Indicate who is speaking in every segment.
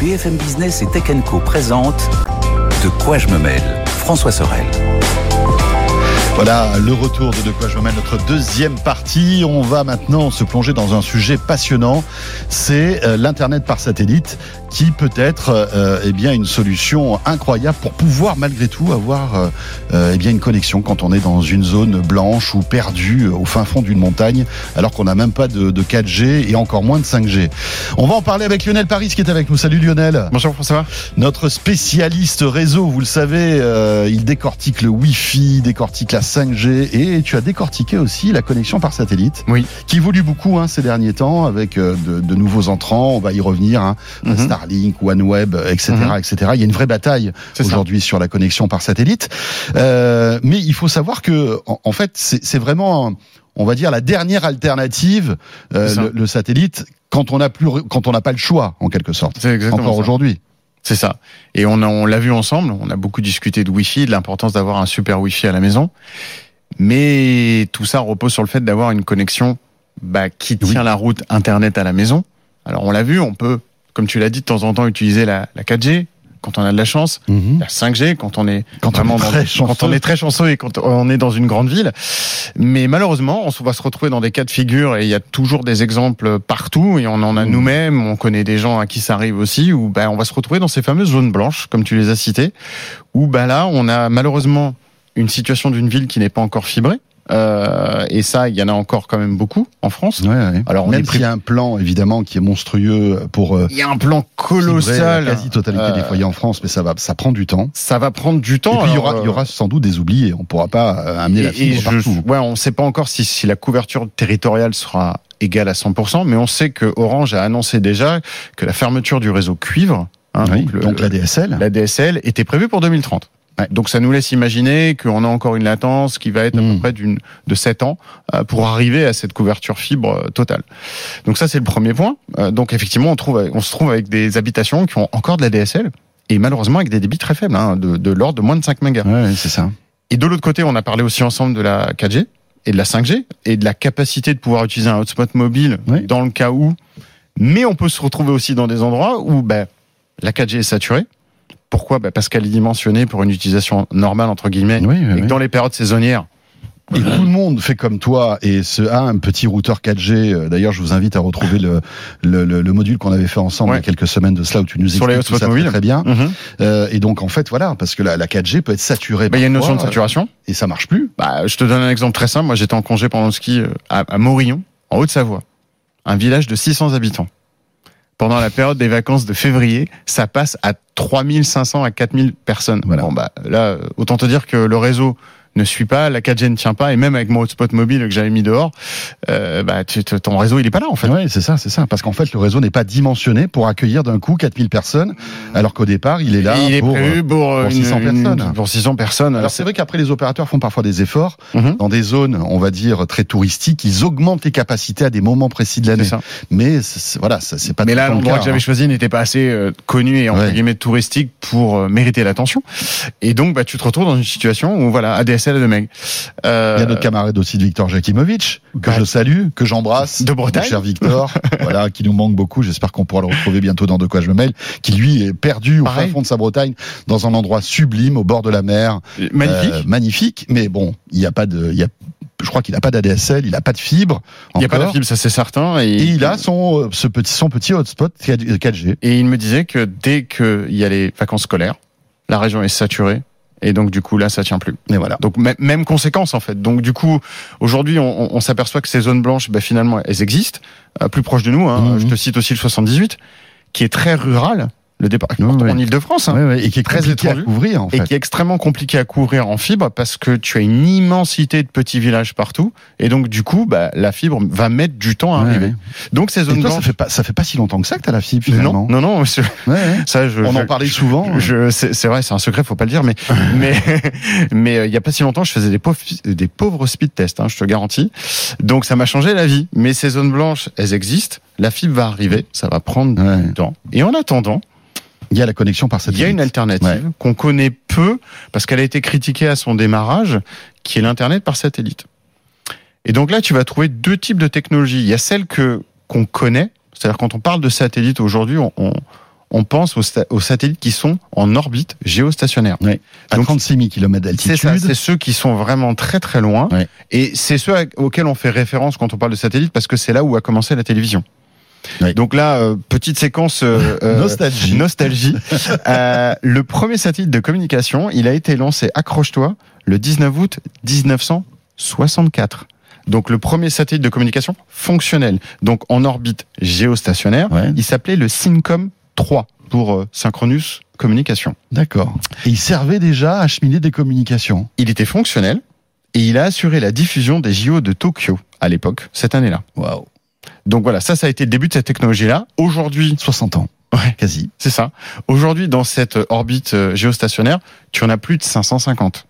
Speaker 1: BFM Business et Tech Co présente De quoi je me mêle François Sorel.
Speaker 2: Voilà le retour de De quoi je m'emmène, notre deuxième partie. On va maintenant se plonger dans un sujet passionnant. C'est euh, l'Internet par satellite qui peut être euh, eh bien, une solution incroyable pour pouvoir malgré tout avoir euh, eh bien, une connexion quand on est dans une zone blanche ou perdue euh, au fin fond d'une montagne alors qu'on n'a même pas de, de 4G et encore moins de 5G. On va en parler avec Lionel Paris qui est avec nous. Salut Lionel.
Speaker 3: Bonjour François.
Speaker 2: Notre spécialiste réseau, vous le savez, euh, il décortique le Wi-Fi, décortique la 5G et tu as décortiqué aussi la connexion par satellite,
Speaker 3: Oui.
Speaker 2: qui évolue beaucoup hein, ces derniers temps avec euh, de, de nouveaux entrants. On va y revenir, hein,
Speaker 3: Mhm.
Speaker 2: Starlink, OneWeb, etc.,
Speaker 3: Mhm.
Speaker 2: etc. Il y a une vraie bataille
Speaker 3: C'est ça.
Speaker 2: aujourd'hui sur la connexion par satellite, Euh, mais il faut savoir que en, en fait c'est c'est vraiment on va dire la dernière alternative euh,
Speaker 3: C'est ça.
Speaker 2: le, le satellite quand on n'a plus quand on n'a pas le choix en quelque sorte
Speaker 3: C'est exactement
Speaker 2: encore
Speaker 3: ça.
Speaker 2: aujourd'hui.
Speaker 3: C'est ça. Et on a- on l'a vu ensemble, on a beaucoup discuté de Wi-Fi, de l'importance d'avoir un super Wi-Fi à la maison. Mais tout ça repose sur le fait d'avoir une connexion bah, qui tient la route Internet à la maison. Alors on l'a vu, on peut, comme tu l'as dit, de temps en temps utiliser la, la 4G quand on a de la chance, la 5G quand on est
Speaker 2: Quand on
Speaker 3: vraiment
Speaker 2: est
Speaker 3: dans-
Speaker 2: très chanceux.
Speaker 3: quand on est très chanceux et quand on est dans une grande ville. Mais malheureusement, on se- va se retrouver dans des cas de figure et il y a toujours des exemples partout et on en a
Speaker 2: Mhm.
Speaker 3: nous-mêmes, on connaît des gens à qui ça arrive aussi où ben on va se retrouver dans ces fameuses zones blanches comme tu les as citées où ben là on a malheureusement une situation d'une ville qui n'est pas encore fibrée. Euh, et ça, il y en a encore quand même beaucoup en France.
Speaker 2: Ouais, ouais.
Speaker 3: Alors, on
Speaker 2: même
Speaker 3: est pré-
Speaker 2: s'il y a un plan évidemment qui est monstrueux pour euh,
Speaker 3: Il y a un plan
Speaker 2: cibler
Speaker 3: colossal.
Speaker 2: la quasi-totalité des
Speaker 3: Euh,
Speaker 2: foyers en France, mais ça va, ça prend du temps.
Speaker 3: Ça va prendre du temps.
Speaker 2: et puis il y aura,
Speaker 3: Alors,
Speaker 2: il y aura sans doute des oubliés. On pourra pas euh, amener la
Speaker 3: Et- et
Speaker 2: fibre
Speaker 3: je-
Speaker 2: partout.
Speaker 3: ouais, on ne sait pas encore si, si la couverture territoriale sera égale à 100%, mais on sait que Orange a annoncé déjà que la fermeture du réseau cuivre, hein,
Speaker 2: Oui,
Speaker 3: donc, le-
Speaker 2: donc la DSL.
Speaker 3: la DSL, était prévue pour 2030.
Speaker 2: Ouais.
Speaker 3: Donc ça nous laisse imaginer qu'on a encore une latence qui va être à
Speaker 2: Mm.
Speaker 3: peu près d'une de 7 ans euh, pour arriver à cette couverture fibre euh, totale. Donc ça c'est le premier point. Euh, donc effectivement on trouve on se trouve avec des habitations qui ont encore de la DSL et malheureusement avec des débits très faibles hein, de, de l'ordre de moins de 5 mégas.
Speaker 2: Ouais, ouais, c'est ça.
Speaker 3: Et de l'autre côté, on a parlé aussi ensemble de la 4G et de la 5G et de la capacité de pouvoir utiliser un hotspot mobile
Speaker 2: Oui.
Speaker 3: dans le cas où. Mais on peut se retrouver aussi dans des endroits où ben, la 4G est saturée. Pourquoi Ben, Parce qu'elle est dimensionnée pour une utilisation normale, entre guillemets,
Speaker 2: Oui, oui,
Speaker 3: et que
Speaker 2: oui.
Speaker 3: dans les périodes saisonnières.
Speaker 2: Et tout le monde fait comme toi et se a un petit routeur 4G. Euh, D'ailleurs, je vous invite à retrouver le, le, le- le module qu'on avait fait ensemble
Speaker 3: Ouais.
Speaker 2: il y a quelques semaines de cela où tu nous
Speaker 3: Sur les
Speaker 2: expliques tout
Speaker 3: hotspots
Speaker 2: ça
Speaker 3: mobiles.
Speaker 2: très, très bien.
Speaker 3: Mhm. Ben, Il
Speaker 2: Euh, et donc en fait voilà, parce que la, la 4G peut être saturée.
Speaker 3: ben, y a une
Speaker 2: parfois,
Speaker 3: notion de saturation.
Speaker 2: euh, Et ça marche plus.
Speaker 3: Bah, je te donne un exemple très simple. Moi, j'étais en congé pendant le ski euh, à, à Morillon, en Haute-Savoie, un village de 600 habitants. Pendant la période des vacances de février, ça passe à 3500 à 4000 personnes.
Speaker 2: Voilà.
Speaker 3: Bon, bah, là, euh, autant te dire que le réseau ne suit pas, la 4G ne tient pas, et même avec mon hotspot mobile que j'avais mis dehors, euh, bah, tu- tu- ton réseau, il est pas là, en fait.
Speaker 2: Oui, c'est ça, c'est ça. Parce qu'en fait, le réseau n'est pas dimensionné pour accueillir d'un coup 4000 personnes, alors qu'au départ, il est là
Speaker 3: Mmh. il est
Speaker 2: pour... euh,
Speaker 3: prévu pour, euh,
Speaker 2: pour 600 personnes.
Speaker 3: Pour 600 personnes.
Speaker 2: Alors c'est vrai qu'après les opérateurs font parfois des efforts
Speaker 3: Mhm.
Speaker 2: dans des zones, on va dire très touristiques, ils augmentent les capacités à des moments précis de
Speaker 3: c'est
Speaker 2: l'année.
Speaker 3: ça.
Speaker 2: Mais c'est- c'est- voilà, ça, c'est pas.
Speaker 3: Mais
Speaker 2: tout
Speaker 3: là,
Speaker 2: le temps le
Speaker 3: l'endroit
Speaker 2: cas,
Speaker 3: que j'avais
Speaker 2: hein.
Speaker 3: choisi n'était pas assez euh, connu et entre
Speaker 2: Ouais.
Speaker 3: guillemets touristique pour euh, mériter l'attention. Et donc, bah, tu te retrouves dans une situation où voilà, ADSL à deux mecs. Euh,
Speaker 2: Il y a notre camarade aussi de Victor Jakimovic, que
Speaker 3: bah,
Speaker 2: je salue, que j'embrasse.
Speaker 3: De Bretagne.
Speaker 2: Mon cher Victor, voilà, qui nous manque beaucoup. J'espère qu'on pourra le retrouver bientôt dans De quoi je me mêle, qui lui est perdu au fin
Speaker 3: Pareil.
Speaker 2: fond de sa Bretagne, dans un endroit sublime, au bord de la mer.
Speaker 3: magnifique.
Speaker 2: Euh, magnifique, mais bon, il n'y a pas de. il Y a, je crois qu'il n'a pas d'ADSL, il n'a pas de fibre.
Speaker 3: Il n'y a pas de
Speaker 2: encore.
Speaker 3: fibre, ça c'est certain. Et,
Speaker 2: Et il a son, euh, ce petit, son petit hotspot 4G.
Speaker 3: Et il me disait que dès qu'il y a les vacances scolaires, la région est saturée. Et donc, du coup, là, ça tient plus.
Speaker 2: Et voilà.
Speaker 3: Donc mê- même conséquence en fait. Donc du coup, aujourd'hui, on, on- on s'aperçoit que ces zones blanches, bah, finalement, elles existent, euh, plus proches de nous. Hein.
Speaker 2: Mhm.
Speaker 3: Je te cite aussi le 78, qui est très rural, le département
Speaker 2: Ouais, ouais.
Speaker 3: en Île-de-France, hein,
Speaker 2: Ouais, ouais, et qui est
Speaker 3: Très
Speaker 2: très à
Speaker 3: étendu.
Speaker 2: couvrir, en
Speaker 3: et
Speaker 2: fait.
Speaker 3: qui est extrêmement compliqué à couvrir en fibre parce que tu as une immensité de petits villages partout. Et donc du coup, bah, la fibre va mettre du temps à
Speaker 2: Ouais,
Speaker 3: arriver.
Speaker 2: ouais.
Speaker 3: Donc ces
Speaker 2: Et
Speaker 3: zones
Speaker 2: toi, ça
Speaker 3: blanches,
Speaker 2: fait, pas, ça fait pas si longtemps que ça que t'as la fibre,
Speaker 3: non,
Speaker 2: finalement.
Speaker 3: non, non, monsieur,
Speaker 2: Ouais, ouais.
Speaker 3: ça, je,
Speaker 2: On
Speaker 3: je-
Speaker 2: en parlait souvent.
Speaker 3: Je, c'est c'est vrai, c'est un secret, faut pas le dire, mais mais mais euh, il y a pas si longtemps, je faisais des pauvres des pauvres speed tests, hein, je te garantis. Donc ça m'a changé la vie. Mais ces zones blanches, elles existent. La fibre va arriver, ça va prendre du
Speaker 2: Ouais.
Speaker 3: temps. Et en attendant,
Speaker 2: Il y a la connexion par
Speaker 3: il
Speaker 2: satellite.
Speaker 3: y a une alternative qu'on connaît peu parce qu'elle a été critiquée à son démarrage, qui est l'internet par satellite. Et donc là, tu vas trouver deux types de technologies. Il y a celle que qu'on connaît, c'est-à-dire quand on parle de satellite aujourd'hui, on, on on pense aux, sta- aux satellites qui sont en orbite géostationnaire.
Speaker 2: Ouais. À
Speaker 3: Donc,
Speaker 2: 36 000 km
Speaker 3: C'est ça, c'est
Speaker 2: d'altitude.
Speaker 3: ceux qui sont vraiment très très loin.
Speaker 2: Ouais.
Speaker 3: Et c'est ceux à- auxquels on fait référence quand on parle de satellite parce que c'est là où a commencé la télévision.
Speaker 2: Ouais.
Speaker 3: Donc là, euh, petite séquence euh, euh,
Speaker 2: Nostalgie.
Speaker 3: nostalgie. Euh, le premier satellite de communication, il a été lancé, accroche-toi, le 19 août 1964. Donc le premier satellite de communication fonctionnel, donc en orbite géostationnaire,
Speaker 2: Ouais.
Speaker 3: il s'appelait le Syncom 3 pour euh, Synchronous Communication.
Speaker 2: D'accord. Et il servait déjà à cheminer des communications.
Speaker 3: Il était fonctionnel et il a assuré la diffusion des JO de Tokyo à l'époque, cette année-là.
Speaker 2: Waouh.
Speaker 3: Donc voilà, ça, ça a été le début de cette technologie-là. Aujourd'hui,
Speaker 2: 60 ans.
Speaker 3: Ouais.
Speaker 2: Quasi.
Speaker 3: c'est ça. Aujourd'hui, dans cette orbite euh, géostationnaire, tu en as plus de 550.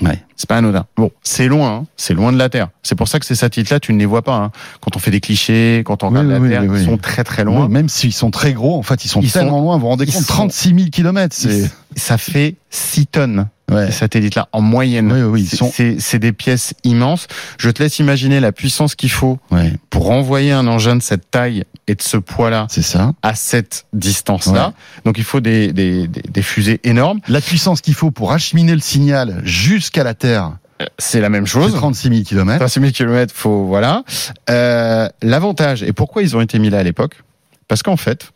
Speaker 2: Ouais.
Speaker 3: C'est pas anodin. Bon, c'est loin, hein. c'est loin de la Terre. C'est pour ça que ces satellites-là, tu ne les vois pas. hein. Quand on fait des clichés, quand on regarde
Speaker 2: Oui,
Speaker 3: la
Speaker 2: oui,
Speaker 3: Terre,
Speaker 2: oui, oui.
Speaker 3: ils sont très très loin.
Speaker 2: Oui, même s'ils sont très gros, en fait, ils sont
Speaker 3: Ils
Speaker 2: tellement loin. Vous vous rendez
Speaker 3: ils
Speaker 2: compte
Speaker 3: sont-
Speaker 2: 36 000 km. C'est.
Speaker 3: Ça fait 6 tonnes,
Speaker 2: Ouais.
Speaker 3: ces satellites-là, en moyenne.
Speaker 2: Oui, oui, oui, ils
Speaker 3: C'est-
Speaker 2: sont-
Speaker 3: C'est c'est des pièces immenses. Je te laisse imaginer la puissance qu'il faut
Speaker 2: Ouais,
Speaker 3: pour envoyer un engin de cette taille et de ce poids-là
Speaker 2: c'est ça.
Speaker 3: à cette distance-là.
Speaker 2: Ouais.
Speaker 3: Donc il faut des- des- des, des fusées énormes.
Speaker 2: La puissance qu'il faut pour acheminer le signal jusqu'à la Terre,
Speaker 3: C'est la même
Speaker 2: c'est
Speaker 3: chose.
Speaker 2: 36 000 km.
Speaker 3: 36 000 km, faut voilà. Euh, L'avantage et pourquoi ils ont été mis là à l'époque, parce qu'en fait,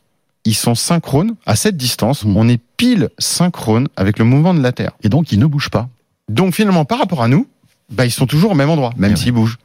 Speaker 3: ils sont synchrones à cette distance.
Speaker 2: Mm.
Speaker 3: On est pile synchrone avec le mouvement de la Terre.
Speaker 2: Et donc, ils ne bougent pas.
Speaker 3: Donc finalement, par rapport à nous, bah ils sont toujours au même endroit, même
Speaker 2: Ouais.
Speaker 3: s'ils bougent.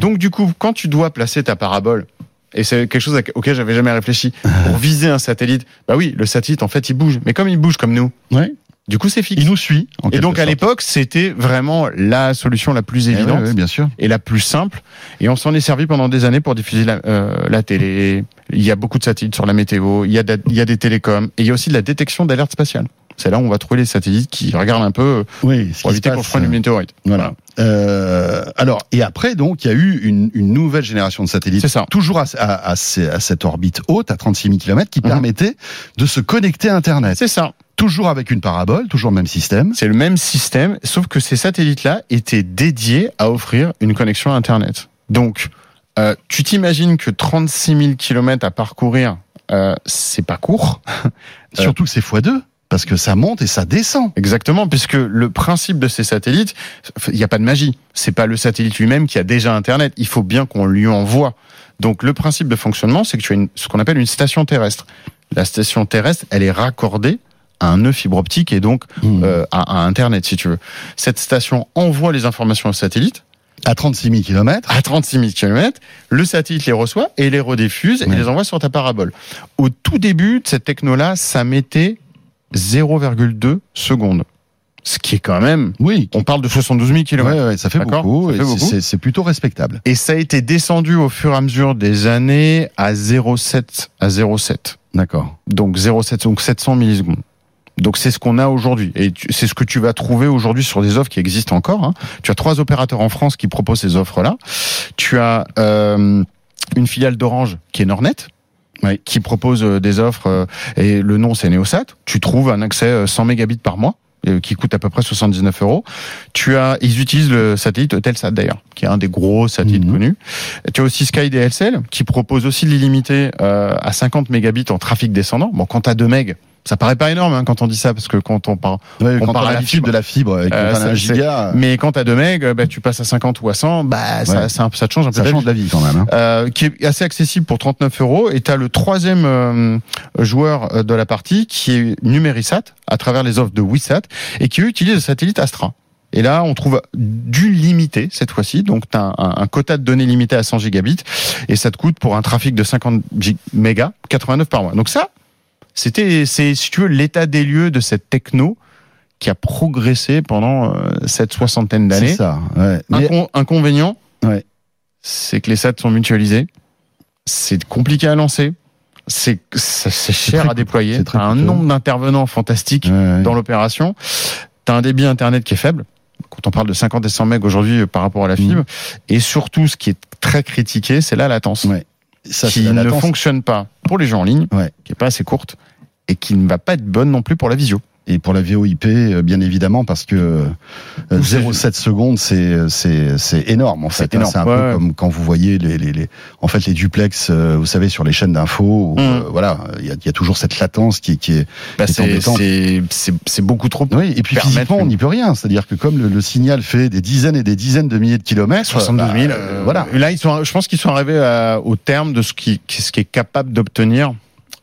Speaker 3: Donc du coup, quand tu dois placer ta parabole. Et c'est quelque chose auquel j'avais jamais réfléchi. Pour viser un satellite, bah oui, le satellite, en fait, il bouge. Mais comme il bouge comme nous,
Speaker 2: Ouais.
Speaker 3: du coup, c'est fixe.
Speaker 2: Il nous suit. en
Speaker 3: Et
Speaker 2: quelque
Speaker 3: donc, à
Speaker 2: sorte.
Speaker 3: l'époque, c'était vraiment la solution la plus
Speaker 2: Eh ouais,
Speaker 3: évidente
Speaker 2: ouais, bien sûr.
Speaker 3: et la plus simple. Et on s'en est servi pendant des années pour diffuser la, euh, la télé. Il y a beaucoup de satellites sur la météo, il y, a de- il y a des télécoms, et il y a aussi de la détection d'alerte spatiale. C'est là où on va trouver les satellites qui regardent un peu euh,
Speaker 2: Oui, ce
Speaker 3: pour
Speaker 2: qui se
Speaker 3: éviter qu'on
Speaker 2: passe,
Speaker 3: se prenne une météorite.
Speaker 2: Voilà. Euh, alors, et après, donc, il y a eu une, une nouvelle génération de satellites,
Speaker 3: C'est ça.
Speaker 2: toujours à, à, à ces- à cette orbite haute, à 36 000 km, qui
Speaker 3: Mhm.
Speaker 2: permettait de se connecter à Internet.
Speaker 3: C'est ça.
Speaker 2: Toujours avec une parabole, toujours le même système.
Speaker 3: C'est le même système, sauf que ces satellites-là étaient dédiés à offrir une connexion à Internet. Donc, euh, tu t'imagines que 36 000 kilomètres à parcourir, euh, c'est pas court. Euh.
Speaker 2: Surtout que c'est x2, parce que ça monte et ça descend.
Speaker 3: Exactement, puisque le principe de ces satellites, il n'y a pas de magie. C'est pas le satellite lui-même qui a déjà Internet. Il faut bien qu'on lui envoie. Donc le principe de fonctionnement, c'est que tu as une, ce qu'on appelle une station terrestre. La station terrestre, elle est raccordée à un nœud fibre optique et donc
Speaker 2: Mmh.
Speaker 3: euh, à, à Internet, si tu veux. Cette station envoie les informations au satellite
Speaker 2: À 36 000 km.
Speaker 3: à 36 000 km. Le satellite les reçoit et les rediffuse et
Speaker 2: Ouais.
Speaker 3: les envoie sur ta parabole. Au tout début de cette techno-là, ça mettait 0,2 secondes. Ce qui est quand même
Speaker 2: Oui.
Speaker 3: on parle de 72 000
Speaker 2: Ouais,
Speaker 3: km.
Speaker 2: ouais, ça fait
Speaker 3: D'accord,
Speaker 2: beaucoup.
Speaker 3: ça
Speaker 2: et
Speaker 3: fait
Speaker 2: c'est-
Speaker 3: beaucoup.
Speaker 2: c'est- C'est plutôt respectable.
Speaker 3: Et ça a été descendu au fur et à mesure des années à 0,7 à 0,7.
Speaker 2: D'accord.
Speaker 3: Donc 0,7 donc 700 millisecondes. Donc c'est ce qu'on a aujourd'hui et tu- c'est ce que tu vas trouver aujourd'hui sur des offres qui existent encore. hein. Tu as trois opérateurs en France qui proposent ces offres-là. Tu as euh, une filiale d'Orange qui est Nornet.
Speaker 2: Ouais.
Speaker 3: qui propose euh, des offres euh, et le nom c'est Neosat. Tu trouves un accès euh, 100 mégabits par mois euh, qui coûte à peu près 79 euros. Tu as, ils utilisent le satellite Telsat d'ailleurs, qui est un des gros satellites
Speaker 2: Mhm.
Speaker 3: connus. Et tu as aussi Sky DSL qui propose aussi de l'illimité euh, à 50 mégabits en trafic descendant. Bon, quand t'as 2 megs, ça paraît pas énorme hein, quand on dit ça parce que quand on parle,
Speaker 2: Ouais,
Speaker 3: On
Speaker 2: quand on
Speaker 3: parle
Speaker 2: a
Speaker 3: à
Speaker 2: la
Speaker 3: la
Speaker 2: fibre de la fibre et qu'on
Speaker 3: Euh,
Speaker 2: parle à
Speaker 3: ça,
Speaker 2: un
Speaker 3: c'est-
Speaker 2: giga,
Speaker 3: mais quand t'as 2 megs, euh, bah, tu passes à 50 ou à 100, bah ça,
Speaker 2: Ouais.
Speaker 3: ça, ça change un peu
Speaker 2: ça
Speaker 3: ta vie.
Speaker 2: change la vie quand même. hein.
Speaker 3: Euh, qui est assez accessible pour 39 euros. Et tu as le troisième euh, joueur euh, de la partie qui est Numerisat, à travers les offres de Wisat, et qui eux, utilise le satellite Astra. Et là, on trouve du limité cette fois-ci. Donc, tu as un, un quota de données limité à 100 gigabits. Et ça te coûte pour un trafic de 50 gig- mégas, 89 par mois. Donc, ça, c'était, c'est, si tu veux, l'état des lieux de cette techno qui a progressé pendant euh, cette soixantaine
Speaker 2: C'est
Speaker 3: d'années.
Speaker 2: ça. ouais. Mais-
Speaker 3: Incon- inconvénient,
Speaker 2: Ouais.
Speaker 3: c'est que les SAT sont mutualisés. C'est compliqué à lancer. C'est ça- c'est cher
Speaker 2: très
Speaker 3: à déployer.
Speaker 2: c'est très
Speaker 3: T'as un
Speaker 2: coûteux.
Speaker 3: nombre d'intervenants fantastique
Speaker 2: Ouais, ouais.
Speaker 3: dans l'opération. T'as un débit internet qui est faible. Quand on parle de 50 et 100 megs aujourd'hui euh, par rapport à
Speaker 2: Mm.
Speaker 3: la fibre, et surtout ce qui est très critiqué, c'est la latence
Speaker 2: Ouais. Ça, c'est
Speaker 3: qui
Speaker 2: la
Speaker 3: ne
Speaker 2: latence.
Speaker 3: fonctionne pas pour les gens en ligne,
Speaker 2: Ouais.
Speaker 3: qui est pas assez courte et qui ne va pas être bonne non plus pour la visio.
Speaker 2: et pour la VOIP, euh, bien évidemment, parce que euh, 0,7 secondes, c'est c'est c'est énorme en fait.
Speaker 3: C'est
Speaker 2: hein.
Speaker 3: énorme,
Speaker 2: C'est un
Speaker 3: ouais.
Speaker 2: peu comme quand vous voyez les les, les en fait les duplex, euh, vous savez, sur les chaînes d'infos. où,
Speaker 3: Mm.
Speaker 2: euh, voilà, il y a, il y a toujours cette latence qui qui est
Speaker 3: Bah,
Speaker 2: C'est
Speaker 3: c'est-
Speaker 2: embêtant.
Speaker 3: c'est c'est- c'est beaucoup trop.
Speaker 2: oui, et puis
Speaker 3: Permettre
Speaker 2: physiquement, on
Speaker 3: une-
Speaker 2: n'y peut rien. C'est-à-dire que comme le, le signal fait des dizaines et des dizaines de milliers de kilomètres,
Speaker 3: 72 000.
Speaker 2: bah,
Speaker 3: euh,
Speaker 2: voilà.
Speaker 3: Là, ils sont, je pense qu'ils sont arrivés à- au terme de ce qui, ce qui est capable d'obtenir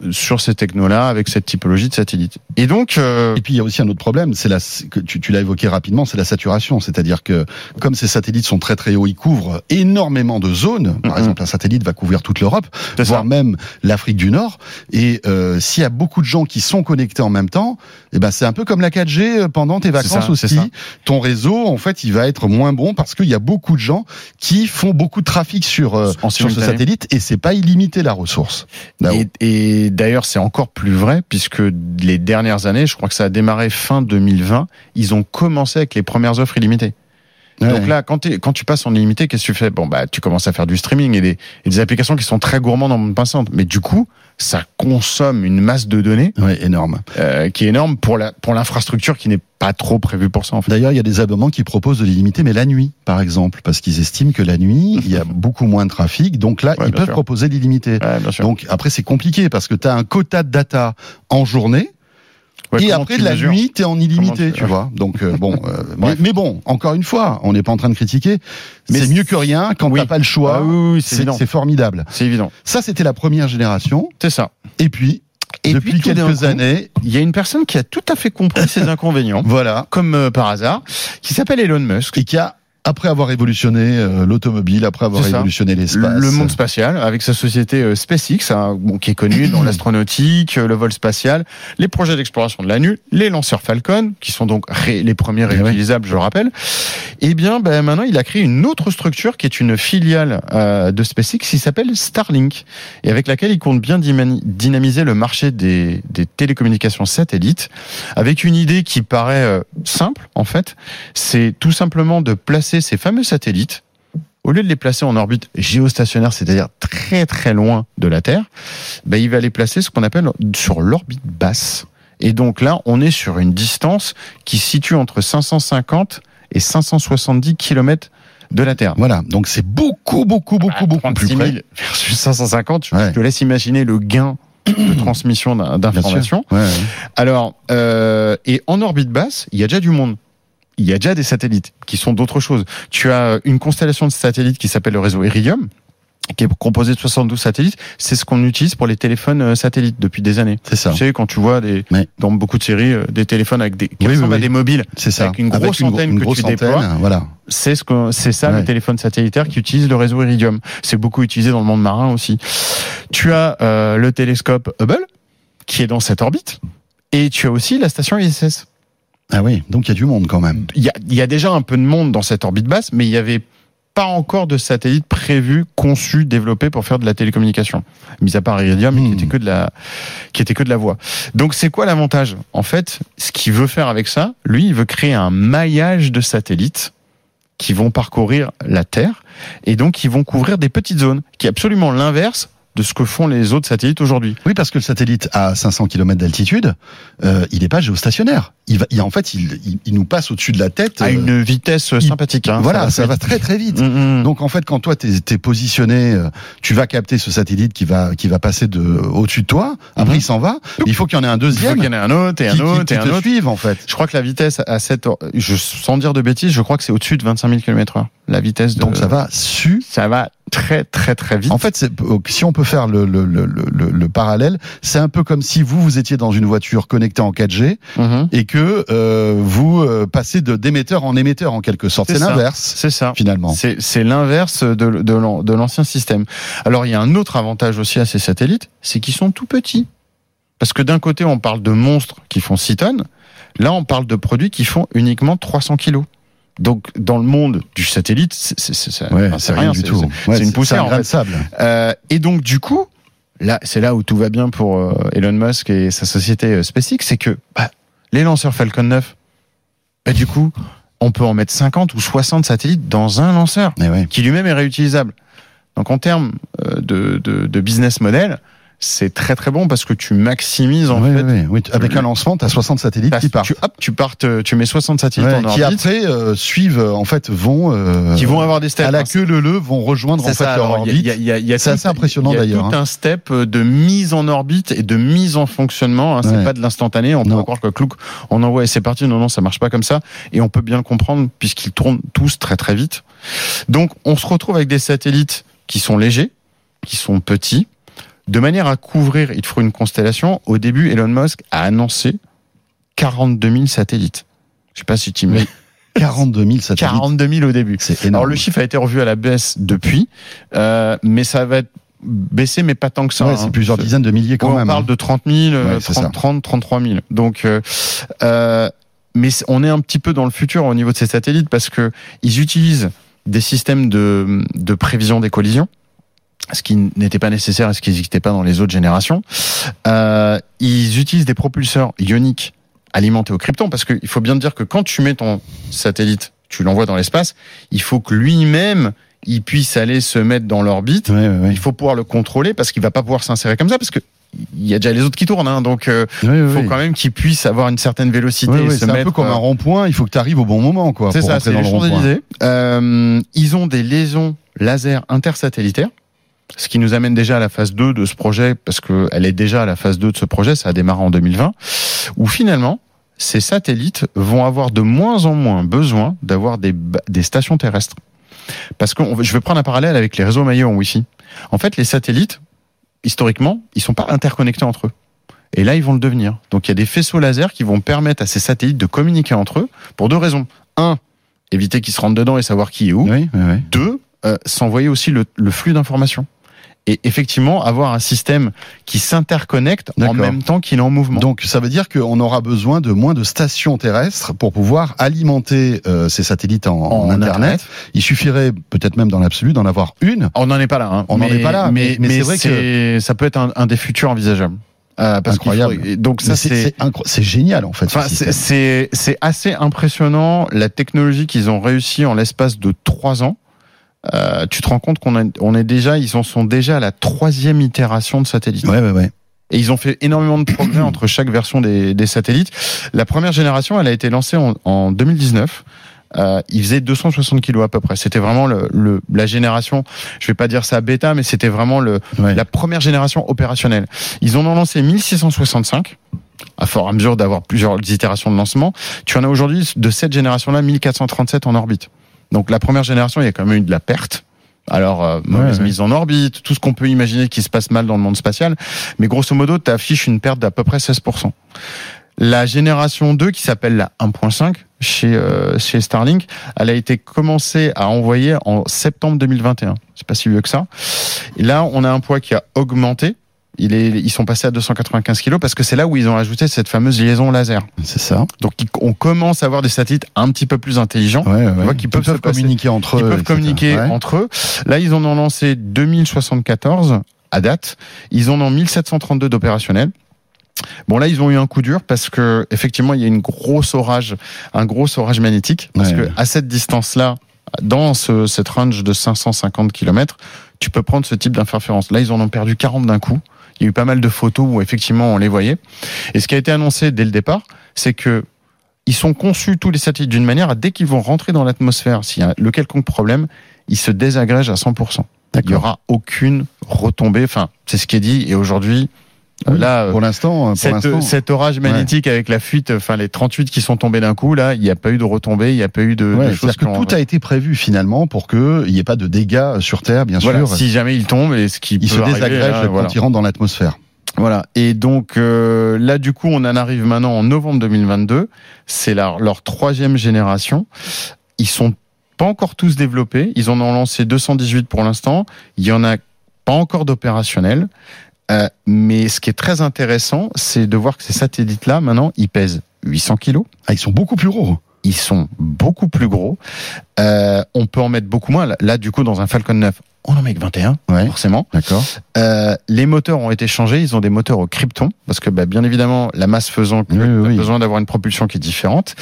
Speaker 3: euh, sur ces technos-là avec cette typologie de satellite. Et donc, euh,
Speaker 2: Et puis il y a aussi un autre problème, c'est la que tu, tu l'as évoqué rapidement, c'est la saturation, c'est-à-dire que comme ces satellites sont très très hauts, ils couvrent énormément de zones. Par
Speaker 3: Mhm.
Speaker 2: exemple, un satellite va couvrir toute l'Europe,
Speaker 3: c'est
Speaker 2: voire
Speaker 3: ça.
Speaker 2: même l'Afrique du Nord. Et euh, s'il y a beaucoup de gens qui sont connectés en même temps, eh ben c'est un peu comme la 4G pendant tes vacances
Speaker 3: ça,
Speaker 2: aussi.
Speaker 3: c'est ça.
Speaker 2: Ton réseau, en fait, il va être moins bon parce qu'il y a beaucoup de gens qui font beaucoup de trafic sur euh,
Speaker 3: En
Speaker 2: sur ce
Speaker 3: simultané.
Speaker 2: satellite et c'est pas illimité la ressource. là-haut.
Speaker 3: Et, et d'ailleurs, c'est encore plus vrai puisque les dernières années, je crois que ça a démarré fin 2020, ils ont commencé avec les premières offres illimitées. Donc
Speaker 2: Ouais.
Speaker 3: là, quand, t'es- quand tu passes en illimité, qu'est-ce que tu fais Bon, bah, tu commences à faire du streaming et des, et des applications qui sont très gourmandes en bande passante. Mais du coup, ça consomme une masse de données
Speaker 2: Ouais, énorme.
Speaker 3: euh, qui est énorme pour la pour l'infrastructure qui n'est pas trop prévue pour ça en fait.
Speaker 2: D'ailleurs, il y a des abonnements qui proposent de l'illimiter, mais la nuit, par exemple, parce qu'ils estiment que la nuit, il y a beaucoup moins de trafic, donc là,
Speaker 3: Ouais,
Speaker 2: ils
Speaker 3: bien
Speaker 2: peuvent
Speaker 3: sûr.
Speaker 2: proposer l'illimité.
Speaker 3: Ouais, bien sûr.
Speaker 2: Donc après, c'est compliqué, parce que tu as un quota de data en journée,
Speaker 3: Ouais,
Speaker 2: et
Speaker 3: comment
Speaker 2: après
Speaker 3: tu
Speaker 2: de la
Speaker 3: mesures
Speaker 2: nuit, tu es en illimité,
Speaker 3: Comment tu-
Speaker 2: tu vois. Donc euh, bon, euh, mais,
Speaker 3: Bref.
Speaker 2: mais bon, encore une fois, on n'est pas en train de critiquer,
Speaker 3: Mais
Speaker 2: c'est
Speaker 3: c'est-
Speaker 2: mieux que rien, quand
Speaker 3: Oui.
Speaker 2: t'as pas le choix,
Speaker 3: Ah oui, oui, c'est
Speaker 2: c'est
Speaker 3: évident.
Speaker 2: c'est formidable.
Speaker 3: C'est évident.
Speaker 2: Ça, c'était la première génération,
Speaker 3: C'est ça.
Speaker 2: et puis,
Speaker 3: Et
Speaker 2: depuis
Speaker 3: puis, tout d'un
Speaker 2: quelques
Speaker 3: coup-
Speaker 2: années,
Speaker 3: Il y a une personne qui a tout à fait compris ces inconvénients,
Speaker 2: voilà,
Speaker 3: comme euh, par hasard, qui s'appelle Elon Musk.
Speaker 2: et qui a... Après avoir révolutionné euh, l'automobile, après avoir
Speaker 3: C'est ça.
Speaker 2: révolutionné l'espace,
Speaker 3: Le monde spatial, avec sa société euh, SpaceX, hein, bon, qui est connue dans l'astronautique, euh, le vol spatial, les projets d'exploration de la Lune, les lanceurs Falcon, qui sont donc ré- les premiers
Speaker 2: Eh oui.
Speaker 3: réutilisables, je le rappelle. Eh bien, ben, maintenant, il a créé une autre structure qui est une filiale euh, de SpaceX, qui s'appelle Starlink, et avec laquelle il compte bien dymani- dynamiser le marché des, des télécommunications satellites, avec une idée qui paraît euh, simple, en fait, c'est tout simplement de placer ces fameux satellites au lieu de les placer en orbite géostationnaire, c'est-à-dire très très loin de la Terre, ben, il va les placer ce qu'on appelle sur l'orbite basse. Et donc là, on est sur une distance qui se situe entre 550 et 570 km de la Terre.
Speaker 2: euh, Voilà, donc c'est beaucoup, beaucoup,
Speaker 3: Bah,
Speaker 2: beaucoup, beaucoup plus
Speaker 3: 36
Speaker 2: près.
Speaker 3: 000 versus 550, je
Speaker 2: Ouais.
Speaker 3: te laisse imaginer le gain de transmission d'in- d'informations.
Speaker 2: Ouais, ouais.
Speaker 3: Alors, euh, et en orbite basse, il y a déjà du monde. Il y a déjà des satellites qui sont d'autres choses. Tu as euh, une constellation de satellites qui s'appelle le réseau Iridium, qui est composé de 72 satellites. C'est ce qu'on utilise pour les téléphones euh, satellites depuis des années.
Speaker 2: C'est ça,
Speaker 3: Tu sais, quand tu vois des,
Speaker 2: Ouais.
Speaker 3: dans beaucoup de séries, euh, des téléphones avec des, qui
Speaker 2: Oui, oui,
Speaker 3: ressemblent à
Speaker 2: oui.
Speaker 3: des mobiles,
Speaker 2: c'est ça.
Speaker 3: Avec une grosse
Speaker 2: gro-
Speaker 3: antenne que tu déploies.
Speaker 2: Voilà.
Speaker 3: c'est ce que c'est ça
Speaker 2: Ouais.
Speaker 3: le téléphone satellitaire qui utilise le réseau Iridium. C'est beaucoup utilisé dans le monde marin aussi. Tu as euh, le télescope Hubble qui est dans cette orbite et tu as aussi la station ISS.
Speaker 2: Ah oui, donc il y a du monde quand même.
Speaker 3: il y a, il y a déjà un peu de monde dans cette orbite basse, mais il n'y avait pas encore de satellite prévu, conçu, développé pour faire de la télécommunication. Mis à part Iridium, mais
Speaker 2: Hmm.
Speaker 3: qui était que de la, qui était que de la voix. Donc c'est quoi l'avantage En fait, ce qu'il veut faire avec ça, lui, il veut créer un maillage de satellites qui vont parcourir la Terre et donc qui vont couvrir des petites zones, qui est absolument l'inverse de ce que font les autres satellites aujourd'hui.
Speaker 2: Oui, parce que le satellite à 500 km d'altitude, euh, il n'est pas géostationnaire. Il va, il, en fait, il, il, il nous passe au-dessus de la tête.
Speaker 3: À
Speaker 2: euh,
Speaker 3: une vitesse sympathique. hein.
Speaker 2: voilà, ça
Speaker 3: très
Speaker 2: va très très vite.
Speaker 3: vite. Mm, mm.
Speaker 2: Donc en fait, quand toi t'es es positionné, euh, tu vas capter ce satellite qui va qui va passer de au-dessus de toi. Après,
Speaker 3: Mhm.
Speaker 2: il s'en va. Il faut qu'il y en ait un
Speaker 3: il faut
Speaker 2: deuxième
Speaker 3: qu'il y en ait un autre et
Speaker 2: qui,
Speaker 3: un
Speaker 2: qui-
Speaker 3: autre
Speaker 2: qui
Speaker 3: et un
Speaker 2: te
Speaker 3: autre.
Speaker 2: suive en fait.
Speaker 3: Je crois que la vitesse à 7 heures, je, sans dire de bêtises, je crois que c'est au-dessus de 25 000 km heure. La vitesse de...
Speaker 2: Donc ça va su
Speaker 3: Ça va très, très, très Euh, vite.
Speaker 2: En fait, c'est- si on peut faire le, le, le, le- le- le parallèle, c'est un peu comme si vous, vous étiez dans une voiture connectée en 4G
Speaker 3: Mhm.
Speaker 2: et que euh, vous euh, passez de d'émetteur en émetteur en quelque sorte.
Speaker 3: C'est
Speaker 2: C'est
Speaker 3: ça.
Speaker 2: l'inverse,
Speaker 3: C'est ça.
Speaker 2: finalement.
Speaker 3: C'est c'est l'inverse de, de l'an- de l'ancien système. Alors, il y a un autre avantage aussi à ces satellites, c'est qu'ils sont tout petits. Parce que d'un côté, on parle de monstres qui font 6 tonnes. Là, on parle de produits qui font uniquement 300 kilos. Donc, dans le monde du satellite, c'est- c'est c'est- ça- enfin, c'est rien, c'est- c'est-
Speaker 2: Ouais,
Speaker 3: c'est une poussière.
Speaker 2: un
Speaker 3: en
Speaker 2: grain
Speaker 3: fait.
Speaker 2: de sable.
Speaker 3: Euh, et donc du coup, là, c'est là où tout va bien pour euh, Elon Musk et sa société euh, SpaceX, c'est que bah, les lanceurs Falcon 9, bah, du coup, on peut en mettre 50 ou 60 satellites dans un lanceur
Speaker 2: Eh ouais.
Speaker 3: qui lui-même est réutilisable. Donc en termes euh, de, de, de business model, c'est très très bon parce que tu maximises en
Speaker 2: Oui,
Speaker 3: fait.
Speaker 2: oui, oui. Avec un lancement, tu as 60 satellites
Speaker 3: t'as-
Speaker 2: qui partent.
Speaker 3: Tu, hop, tu partes, euh, tu mets 60 satellites
Speaker 2: Ouais,
Speaker 3: en
Speaker 2: qui
Speaker 3: orbite
Speaker 2: après euh, suivent, euh, en fait, vont euh,
Speaker 3: qui vont avoir des steps.
Speaker 2: à la
Speaker 3: hein,
Speaker 2: queue le le vont rejoindre en
Speaker 3: C'est
Speaker 2: fait
Speaker 3: ça,
Speaker 2: leur
Speaker 3: alors, il y a-
Speaker 2: orbite.
Speaker 3: il y a- il y a
Speaker 2: C'est
Speaker 3: tout-
Speaker 2: assez impressionnant,
Speaker 3: il y a
Speaker 2: d'ailleurs, hein.
Speaker 3: tout un step de mise en orbite et de mise en fonctionnement. hein, c'est
Speaker 2: Ouais.
Speaker 3: pas de l'instantané. On
Speaker 2: Non.
Speaker 3: peut croire que clouc, on envoie et c'est parti. Non, non, ça marche pas comme ça. Et on peut bien le comprendre puisqu'ils tournent tous très très vite. Donc, on se retrouve avec des satellites qui sont légers, qui sont petits, de manière à couvrir. Il te faut une constellation. Au début, Elon Musk a annoncé 42 000 satellites. Je sais pas si tu mets
Speaker 2: 42 000 satellites.
Speaker 3: 42 000 au début.
Speaker 2: C'est
Speaker 3: Alors
Speaker 2: énorme.
Speaker 3: le chiffre a été revu à la baisse depuis, euh, mais ça va être baissé, mais pas tant que ça.
Speaker 2: Ouais,
Speaker 3: hein.
Speaker 2: c'est plusieurs dizaines de milliers quand
Speaker 3: Ouais, on
Speaker 2: même.
Speaker 3: parle
Speaker 2: hein.
Speaker 3: de 30 000, euh,
Speaker 2: Ouais, c'est
Speaker 3: 30,
Speaker 2: ça.
Speaker 3: 30, 33 000. Donc, euh, euh, mais c'est- on est un petit peu dans le futur au niveau de ces satellites parce que ils utilisent des systèmes de, de prévision des collisions, ce qui n'était pas nécessaire et ce qui n'existait pas dans les autres générations. Euh, ils utilisent des propulseurs ioniques alimentés au krypton parce qu'il faut bien dire que quand tu mets ton satellite, tu l'envoies dans l'espace, il faut que lui-même il puisse aller se mettre dans l'orbite
Speaker 2: hein. Ouais, ouais, ouais.
Speaker 3: il faut pouvoir le contrôler parce qu'il va pas pouvoir s'insérer comme ça parce que il y a déjà les autres qui tournent, hein, donc euh,
Speaker 2: Ouais,
Speaker 3: il
Speaker 2: ouais,
Speaker 3: faut
Speaker 2: ouais.
Speaker 3: quand même qu'il puisse avoir une certaine vélocité.
Speaker 2: Ouais,
Speaker 3: et
Speaker 2: ouais,
Speaker 3: se
Speaker 2: c'est un peu
Speaker 3: mettre,
Speaker 2: comme un
Speaker 3: euh,
Speaker 2: rond-point, il faut que tu arrives au bon moment quoi
Speaker 3: C'est
Speaker 2: euh, pour
Speaker 3: ça,
Speaker 2: rentrer
Speaker 3: c'est
Speaker 2: dans
Speaker 3: les
Speaker 2: le
Speaker 3: Champs
Speaker 2: rond-point.
Speaker 3: Élysées. Euh, ils ont des liaisons laser intersatellitaires, ce qui nous amène déjà à la phase 2 de ce projet parce que elle est déjà à la phase 2 de ce projet, ça a démarré en 2020, où finalement ces satellites vont avoir de moins en moins besoin d'avoir des, ba- des stations terrestres. Parce que on- je vais prendre un parallèle avec les réseaux maillots en Wi-Fi. En fait, les satellites, historiquement, ils sont pas interconnectés entre eux. Et là, ils vont le devenir. Donc, il y a des faisceaux laser qui vont permettre à ces satellites de communiquer entre eux pour deux raisons. Un, éviter qu'ils se rentrent dedans et savoir qui est où.
Speaker 2: Oui, oui, oui.
Speaker 3: Deux, euh, s'envoyer aussi le, le flux d'informations. Et effectivement, avoir un système qui s'interconnecte en
Speaker 2: D'accord.
Speaker 3: même temps qu'il est en mouvement.
Speaker 2: Donc ça veut dire qu'on aura besoin de moins de stations terrestres pour pouvoir alimenter euh, ces satellites en, en internet. Il suffirait peut-être même dans l'absolu d'en avoir une.
Speaker 3: On n'en est pas là. hein.
Speaker 2: On n'en
Speaker 3: Mais-
Speaker 2: est pas là, mais- mais c'est vrai
Speaker 3: c'est- ça peut être un, un des futurs envisageables. Euh, parce qu'il
Speaker 2: Incroyable.
Speaker 3: faudrait- donc
Speaker 2: Mais
Speaker 3: ça,
Speaker 2: c'est
Speaker 3: c'est
Speaker 2: c'est incro- c'est génial en fait. ce
Speaker 3: Enfin, c'est-
Speaker 2: système.
Speaker 3: c'est c'est assez impressionnant la technologie qu'ils ont réussi en l'espace de trois ans. Euh, tu te rends compte qu'on a- on est déjà, ils en sont déjà à la troisième itération de satellites.
Speaker 2: Ouais, ouais, ouais.
Speaker 3: Et ils ont fait énormément de progrès entre chaque version des, des satellites. La première génération, elle a été lancée en, en 2019. Euh, il faisait 260 kilos à peu près. C'était vraiment le, le- la génération, je vais pas dire ça bêta, mais c'était vraiment le,
Speaker 2: ouais.
Speaker 3: la première génération opérationnelle. Ils en ont lancé 1665, à fort à mesure d'avoir plusieurs itérations de lancement. Tu en as aujourd'hui, de cette génération-là, 1437 en orbite. Donc la première génération, il y a quand même eu de la perte. Alors, euh, mauvaise
Speaker 2: ouais.
Speaker 3: mise en orbite, tout ce qu'on peut imaginer qui se passe mal dans le monde spatial. Mais grosso modo, tu affiches une perte d'à peu près 16%. La génération 2, qui s'appelle la 1.5 chez, euh, chez Starlink, elle a été commencée à envoyer en septembre 2021. C'est pas si vieux que ça. Et là, on a un poids qui a augmenté. Il est, ils sont passés à 295 kilos parce que c'est là où ils ont ajouté cette fameuse liaison laser.
Speaker 2: C'est ça.
Speaker 3: Hein Donc, ils- on commence à avoir des satellites un petit peu plus intelligents.
Speaker 2: Ouais, ouais,
Speaker 3: vois
Speaker 2: ouais.
Speaker 3: qu'ils
Speaker 2: Ils
Speaker 3: peuvent
Speaker 2: peuvent
Speaker 3: se passer-
Speaker 2: communiquer entre
Speaker 3: Ils
Speaker 2: eux.
Speaker 3: peuvent
Speaker 2: etc.
Speaker 3: communiquer
Speaker 2: Ouais.
Speaker 3: entre eux. Là, ils en ont lancé 2074 à date. Ils en ont 1732 d'opérationnels. Bon, là, ils ont eu un coup dur parce que, effectivement, il y a une grosse orage, un gros orage magnétique. Parce
Speaker 2: Ouais.
Speaker 3: que, à cette distance-là, dans ce, cette range de 550 km, tu peux prendre ce type d'interférence. Là, ils en ont perdu 40 d'un coup. Il y a eu pas mal de photos où, effectivement, on les voyait. Et ce qui a été annoncé dès le départ, c'est que ils sont conçus tous les satellites d'une manière à dès qu'ils vont rentrer dans l'atmosphère, s'il y a le quelconque problème, ils se désagrègent à 100%. Il n'y
Speaker 2: D'accord.
Speaker 3: aura aucune retombée. Enfin, c'est ce qui est dit. Et aujourd'hui, euh,
Speaker 2: Oui,
Speaker 3: là, euh,
Speaker 2: Pour l'instant, pour
Speaker 3: cette- euh,
Speaker 2: l'instant.
Speaker 3: cet orage magnétique avec la fuite, enfin les 38 qui sont tombés d'un coup, là, il n'y a pas eu de retombée, il n'y a pas eu de,
Speaker 2: Ouais,
Speaker 3: de choses
Speaker 2: c'est-à-dire que
Speaker 3: qui ont-
Speaker 2: tout a été prévu finalement pour qu'il n'y ait pas de dégâts sur Terre, bien
Speaker 3: Voilà,
Speaker 2: sûr.
Speaker 3: si jamais ils tombent, et ce qui
Speaker 2: Ils
Speaker 3: peut
Speaker 2: se
Speaker 3: arriver,
Speaker 2: désagrègent
Speaker 3: là,
Speaker 2: quand
Speaker 3: voilà.
Speaker 2: ils rentrent dans l'atmosphère.
Speaker 3: Voilà. Et donc euh, là, du coup, on en arrive maintenant en novembre 2022. C'est leur, leur troisième génération. Ils sont pas encore tous développés. Ils en ont lancé 218 pour l'instant. Il y en a pas encore d'opérationnels. Euh, mais ce qui est très intéressant, c'est de voir que ces satellites-là, maintenant, ils pèsent 800 kilos.
Speaker 2: Ah, ils sont beaucoup plus gros.
Speaker 3: Ils sont beaucoup plus gros. Euh, on peut en mettre beaucoup moins. Là- Là, du coup, dans un Falcon 9, on en met que 21,
Speaker 2: Ouais.
Speaker 3: forcément.
Speaker 2: D'accord.
Speaker 3: Euh, les moteurs ont été changés, ils ont des moteurs au krypton, parce que bah, bien évidemment, la masse faisant que
Speaker 2: Oui, oui,
Speaker 3: t'as
Speaker 2: oui.
Speaker 3: besoin d'avoir une propulsion qui est différente,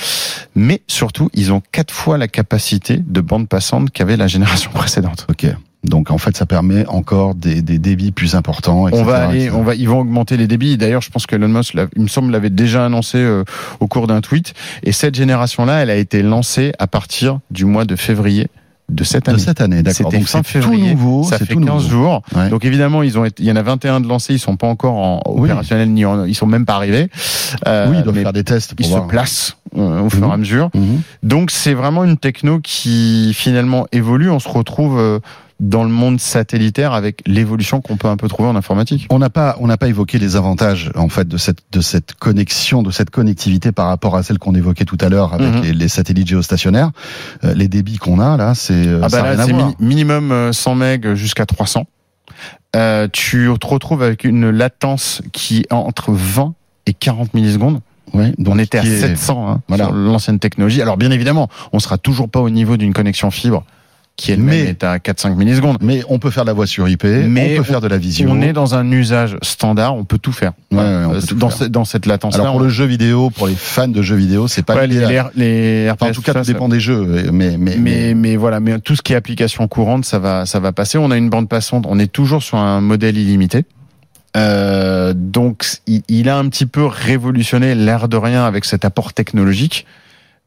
Speaker 3: mais surtout, ils ont quatre fois la capacité de bande passante qu'avait la génération précédente.
Speaker 2: Ok. Donc en fait, ça permet encore des, des débits plus importants. Etc.,
Speaker 3: on va aller,
Speaker 2: etc.
Speaker 3: on va, ils vont augmenter les débits. D'ailleurs, je pense que Elon Musk, l'a- il me semble, l'avait déjà annoncé euh, au cours d'un tweet. Et cette génération-là, elle a été lancée à partir du mois de février de cette
Speaker 2: de
Speaker 3: année.
Speaker 2: cette année, d'accord.
Speaker 3: C'était
Speaker 2: Donc
Speaker 3: fin
Speaker 2: c'est tout
Speaker 3: février.
Speaker 2: nouveau,
Speaker 3: ça
Speaker 2: Oh, c'est
Speaker 3: fait
Speaker 2: tout
Speaker 3: 15
Speaker 2: nouveau.
Speaker 3: jours.
Speaker 2: Ouais.
Speaker 3: Donc évidemment, ils ont été- il y en a 21 de lancés, ils sont pas encore en
Speaker 2: Oui.
Speaker 3: opérationnels ni en, ils sont même pas arrivés. Euh,
Speaker 2: oui, ils doivent
Speaker 3: mais
Speaker 2: faire des tests pour
Speaker 3: ils se
Speaker 2: voir.
Speaker 3: placent euh, au fur et à
Speaker 2: Mhm.
Speaker 3: mesure.
Speaker 2: Mhm.
Speaker 3: Donc c'est vraiment une techno qui finalement évolue. On se retrouve euh, dans le monde satellitaire avec l'évolution qu'on peut un peu trouver en informatique.
Speaker 2: On n'a pas, on n'a pas évoqué les avantages en fait de cette de cette connexion, de cette connectivité par rapport à celle qu'on évoquait tout à l'heure avec
Speaker 3: Mhm.
Speaker 2: les, les satellites géostationnaires. Euh, les débits qu'on a là, c'est euh,
Speaker 3: Ah
Speaker 2: ça a
Speaker 3: bah là,
Speaker 2: rien à
Speaker 3: c'est
Speaker 2: voir.
Speaker 3: mi- minimum euh, 100 MB jusqu'à 300. Euh, tu te retrouves avec une latence qui est entre 20 et 40 millisecondes.
Speaker 2: Ouais, donc
Speaker 3: on était à
Speaker 2: qui est-
Speaker 3: 700 hein,
Speaker 2: Voilà.
Speaker 3: sur l'ancienne technologie. Alors bien évidemment, on sera toujours pas au niveau d'une connexion fibre qui elle-même
Speaker 2: Mais-
Speaker 3: est à 4-5 millisecondes.
Speaker 2: Mais on peut faire de la voix sur IP,
Speaker 3: Mais
Speaker 2: on peut faire de la vision.
Speaker 3: On est dans un usage standard, on peut tout faire.
Speaker 2: Ouais, ouais, on peut
Speaker 3: Euh,
Speaker 2: tout
Speaker 3: dans,
Speaker 2: faire.
Speaker 3: ce- dans cette latence-là,
Speaker 2: Alors pour
Speaker 3: on-
Speaker 2: le jeu vidéo, pour les fans de jeux vidéo, c'est pas
Speaker 3: ouais, les,
Speaker 2: l'idéal.
Speaker 3: les- les
Speaker 2: Enfin, en
Speaker 3: RPS,
Speaker 2: tout cas,
Speaker 3: ça,
Speaker 2: tout dépend des jeux, mais mais,
Speaker 3: ça- Mais, mais voilà, mais tout ce qui est application courante, ça va, ça va passer. On a une bande passante, on est toujours sur un modèle illimité. Euh, donc, il, il a un petit peu révolutionné l'air de rien avec cet apport technologique.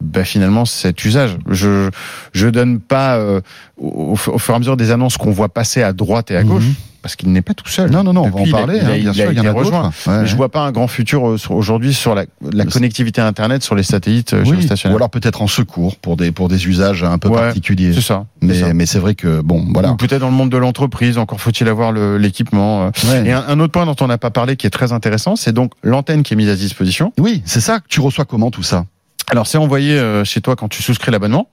Speaker 3: Bah finalement cet usage. Je je donne pas euh, au, au fur et à mesure des annonces qu'on voit passer à droite et à gauche
Speaker 2: Mhm.
Speaker 3: parce qu'il n'est pas tout seul.
Speaker 2: non non non, on va
Speaker 3: Depuis,
Speaker 2: en parler.
Speaker 3: Il a,
Speaker 2: hein, bien
Speaker 3: il a
Speaker 2: sûr, il y en
Speaker 3: été
Speaker 2: a d'autres. hein.
Speaker 3: rejoint.
Speaker 2: Ouais,
Speaker 3: Mais je
Speaker 2: ouais.
Speaker 3: vois pas un grand futur euh, sur- aujourd'hui sur la, la
Speaker 2: Le-
Speaker 3: connectivité à Internet sur les satellites euh,
Speaker 2: Oui,
Speaker 3: géostationnaires.
Speaker 2: ou alors peut-être en secours pour des pour des usages un peu
Speaker 3: Ouais,
Speaker 2: particuliers.
Speaker 3: C'est ça. c'est ça.
Speaker 2: Mais mais c'est vrai que bon voilà.
Speaker 3: Ou peut-être dans le monde de l'entreprise, encore faut-il avoir le- l'équipement. euh.
Speaker 2: Mmh. Ouais.
Speaker 3: Et un, un autre point dont on n'a pas parlé qui est très intéressant, c'est donc l'antenne qui est mise à disposition.
Speaker 2: Oui, c'est ça. Tu reçois comment tout ça
Speaker 3: Alors c'est envoyé euh, chez toi quand tu souscris l'abonnement.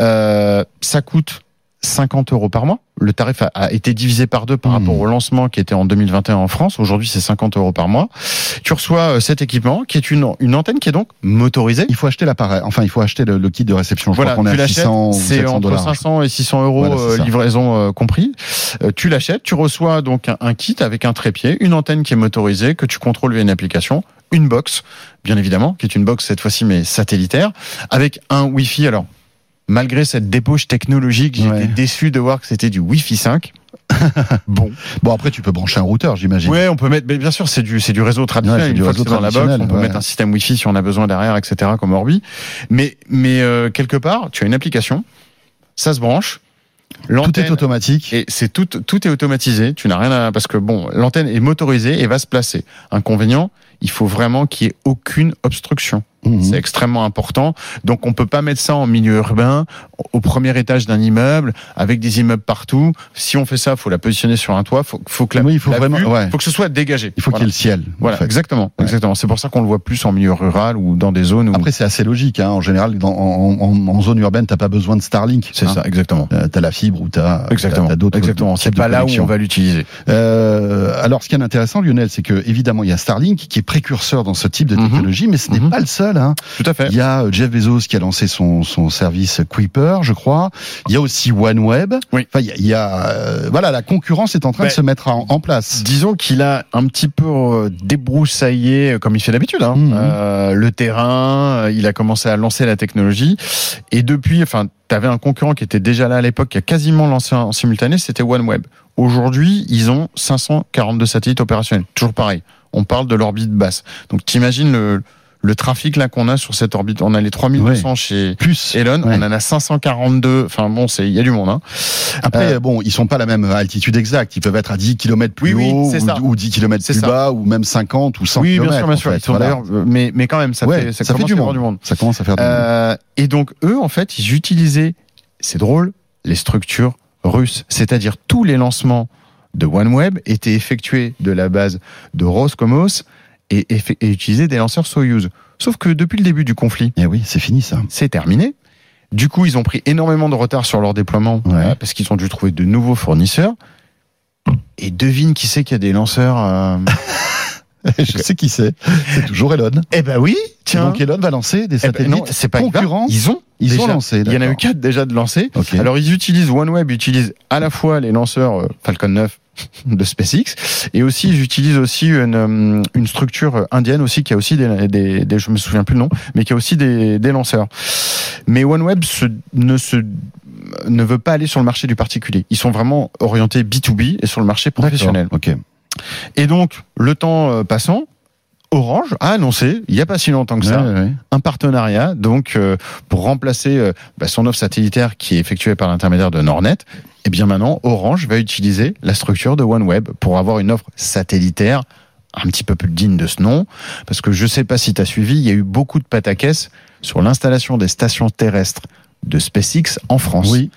Speaker 3: Euh, ça coûte 50 euros par mois. Le tarif a, a été divisé par deux par
Speaker 2: Mhm.
Speaker 3: rapport au lancement qui était en 2021 en France. Aujourd'hui c'est 50 euros par mois. Tu reçois euh, cet équipement qui est une, une antenne qui est donc motorisée.
Speaker 2: Il faut acheter l'appareil. Enfin, il faut acheter le, le kit de réception. Je
Speaker 3: Voilà,
Speaker 2: crois qu'on
Speaker 3: tu
Speaker 2: est à
Speaker 3: l'achètes,
Speaker 2: 600 ou
Speaker 3: c'est
Speaker 2: 700
Speaker 3: entre
Speaker 2: dollars.
Speaker 3: 500 et 600 euros
Speaker 2: Voilà, c'est
Speaker 3: euh,
Speaker 2: ça.
Speaker 3: livraison euh, compris. Euh, tu l'achètes, tu reçois donc un, un kit avec un trépied, une antenne qui est motorisée que tu contrôles via une application, une box, bien évidemment, qui est une box cette fois-ci mais satellitaire, avec un Wi-Fi. Alors malgré cette débauche technologique, j'étais
Speaker 2: Ouais.
Speaker 3: déçu de voir que c'était du Wi-Fi 5. bon,
Speaker 2: Bon, après, tu peux brancher un routeur, j'imagine.
Speaker 3: ouais, on peut mettre, mais bien sûr, c'est du, c'est du réseau
Speaker 2: Ouais,
Speaker 3: traditionnel.
Speaker 2: c'est
Speaker 3: Une
Speaker 2: du
Speaker 3: fois
Speaker 2: réseau
Speaker 3: que c'est dans la box, on
Speaker 2: traditionnel,
Speaker 3: peut
Speaker 2: ouais.
Speaker 3: mettre un système Wi-Fi si on a besoin derrière, etc., comme Orbi. Mais, mais euh, quelque part, tu as une application, ça se branche,
Speaker 2: Tout est
Speaker 3: l'antenne.
Speaker 2: automatique.
Speaker 3: Et c'est tout, tout est automatisé. Tu n'as rien à, parce que bon, l'antenne est motorisée et va se placer. Inconvénient, il faut vraiment qu'il y ait aucune obstruction.
Speaker 2: Mhm.
Speaker 3: C'est extrêmement important. Donc on peut pas mettre ça en milieu urbain, au premier étage d'un immeuble, avec des immeubles partout. Si on fait ça, faut la positionner sur un toit. Faut, faut que la,
Speaker 2: Oui, il faut
Speaker 3: la
Speaker 2: vraiment-
Speaker 3: vue-
Speaker 2: ouais.
Speaker 3: faut que ce soit dégagé.
Speaker 2: Il faut qu'il y ait
Speaker 3: Voilà.
Speaker 2: le ciel. en
Speaker 3: Voilà,
Speaker 2: fait.
Speaker 3: exactement,
Speaker 2: Ouais.
Speaker 3: exactement. C'est pour ça qu'on le voit plus en milieu rural ou dans des zones où.
Speaker 2: Après, c'est assez logique. Hein. En général, dans, en, en- en zone urbaine, t'as pas besoin de Starlink.
Speaker 3: c'est
Speaker 2: hein.
Speaker 3: ça, exactement.
Speaker 2: Euh, t'as la fibre ou t'as
Speaker 3: Exactement.
Speaker 2: t'as d'autres
Speaker 3: Exactement.
Speaker 2: types
Speaker 3: C'est
Speaker 2: de
Speaker 3: pas là où
Speaker 2: connexions.
Speaker 3: on va l'utiliser.
Speaker 2: Euh, alors, ce qui est intéressant, Lionel, c'est que évidemment, il y a Starlink qui est précurseur dans ce type de
Speaker 3: Mhm.
Speaker 2: technologie, mais ce n'est
Speaker 3: Mhm.
Speaker 2: pas le seul. Hein.
Speaker 3: Tout à fait.
Speaker 2: Il y a euh, Jeff Bezos qui a lancé son, son service Kuiper, je crois. Il y a aussi OneWeb.
Speaker 3: Oui.
Speaker 2: Enfin, il y a, il y a, euh, voilà, la concurrence est en train
Speaker 3: Ben,
Speaker 2: de se mettre en, en place.
Speaker 3: Disons qu'il a un petit peu euh, débroussaillé, euh, comme il fait d'habitude, hein,
Speaker 2: Mhm.
Speaker 3: euh, le terrain. euh, Il a commencé à lancer la technologie. Et depuis, enfin, t'avais un concurrent qui était déjà là à l'époque, qui a quasiment lancé en simultané, c'était OneWeb. Aujourd'hui, ils ont 542 satellites opérationnels. Toujours pareil. On parle de l'orbite basse. Donc, t'imagines le, le trafic là qu'on a sur cette orbite. On a les 3200 chez
Speaker 2: Plus.
Speaker 3: Elon.
Speaker 2: Ouais.
Speaker 3: On en a 542. Enfin, bon, c'est, il y a du monde, hein.
Speaker 2: Après, euh, bon, ils sont pas à la même altitude exacte. Ils peuvent être à 10 km plus
Speaker 3: Oui, oui,
Speaker 2: haut,
Speaker 3: c'est
Speaker 2: ou,
Speaker 3: ça.
Speaker 2: ou 10 km
Speaker 3: C'est
Speaker 2: plus
Speaker 3: ça.
Speaker 2: bas, ou même 50 ou 100
Speaker 3: oui, bien
Speaker 2: km.
Speaker 3: sûr, bien sûr. Ils sont d'ailleurs, euh, mais, mais quand même, ça
Speaker 2: Ouais,
Speaker 3: fait, ça,
Speaker 2: ça fait
Speaker 3: commence
Speaker 2: du
Speaker 3: à y avoir
Speaker 2: monde.
Speaker 3: du monde.
Speaker 2: ça commence à faire du monde.
Speaker 3: Euh, et donc eux, en fait, ils utilisaient, c'est drôle, les structures russes, c'est-à-dire tous les lancements de OneWeb étaient effectués de la base de Roscosmos et, effe- et utilisaient des lanceurs Soyuz. Sauf que depuis le début du conflit,
Speaker 2: Eh oui, c'est fini ça.
Speaker 3: c'est terminé. Du coup, ils ont pris énormément de retard sur leur déploiement
Speaker 2: Ouais.
Speaker 3: euh, parce qu'ils ont dû trouver de nouveaux fournisseurs. Et devine qui c'est qui a des lanceurs. euh,
Speaker 2: je sais qui c'est. C'est toujours Elon.
Speaker 3: Eh ben oui, Ah, tiens.
Speaker 2: Donc Elon va lancer des
Speaker 3: Eh ben
Speaker 2: satellites.
Speaker 3: non, c'est pas
Speaker 2: concurrents.
Speaker 3: Ils ont,
Speaker 2: Ils
Speaker 3: déjà-
Speaker 2: ont lancé.
Speaker 3: Il y en a
Speaker 2: d'accord.
Speaker 3: eu quatre déjà de lancés.
Speaker 2: Ok.
Speaker 3: Alors ils utilisent OneWeb, utilisent à la fois les lanceurs euh, Falcon 9 de SpaceX et aussi ils utilisent aussi une, euh, une structure indienne aussi qui a aussi des, des, des- je me souviens plus le nom mais qui a aussi des, des lanceurs. Mais OneWeb se, ne se ne veut pas aller sur le marché du particulier. Ils sont vraiment orientés B2B et sur le marché professionnel.
Speaker 2: Ok.
Speaker 3: Et donc, le temps euh, passant, Orange a annoncé, il n'y a pas si longtemps que ça,
Speaker 2: Ouais, ouais.
Speaker 3: un partenariat donc euh, pour remplacer euh, bah, son offre satellitaire qui est effectuée par l'intermédiaire de Nornet. Et bien maintenant, Orange va utiliser la structure de OneWeb pour avoir une offre satellitaire un petit peu plus digne de ce nom, parce que je ne sais pas si tu as suivi, il y a eu beaucoup de pataquès sur l'installation des stations terrestres de SpaceX en France.
Speaker 2: Oui.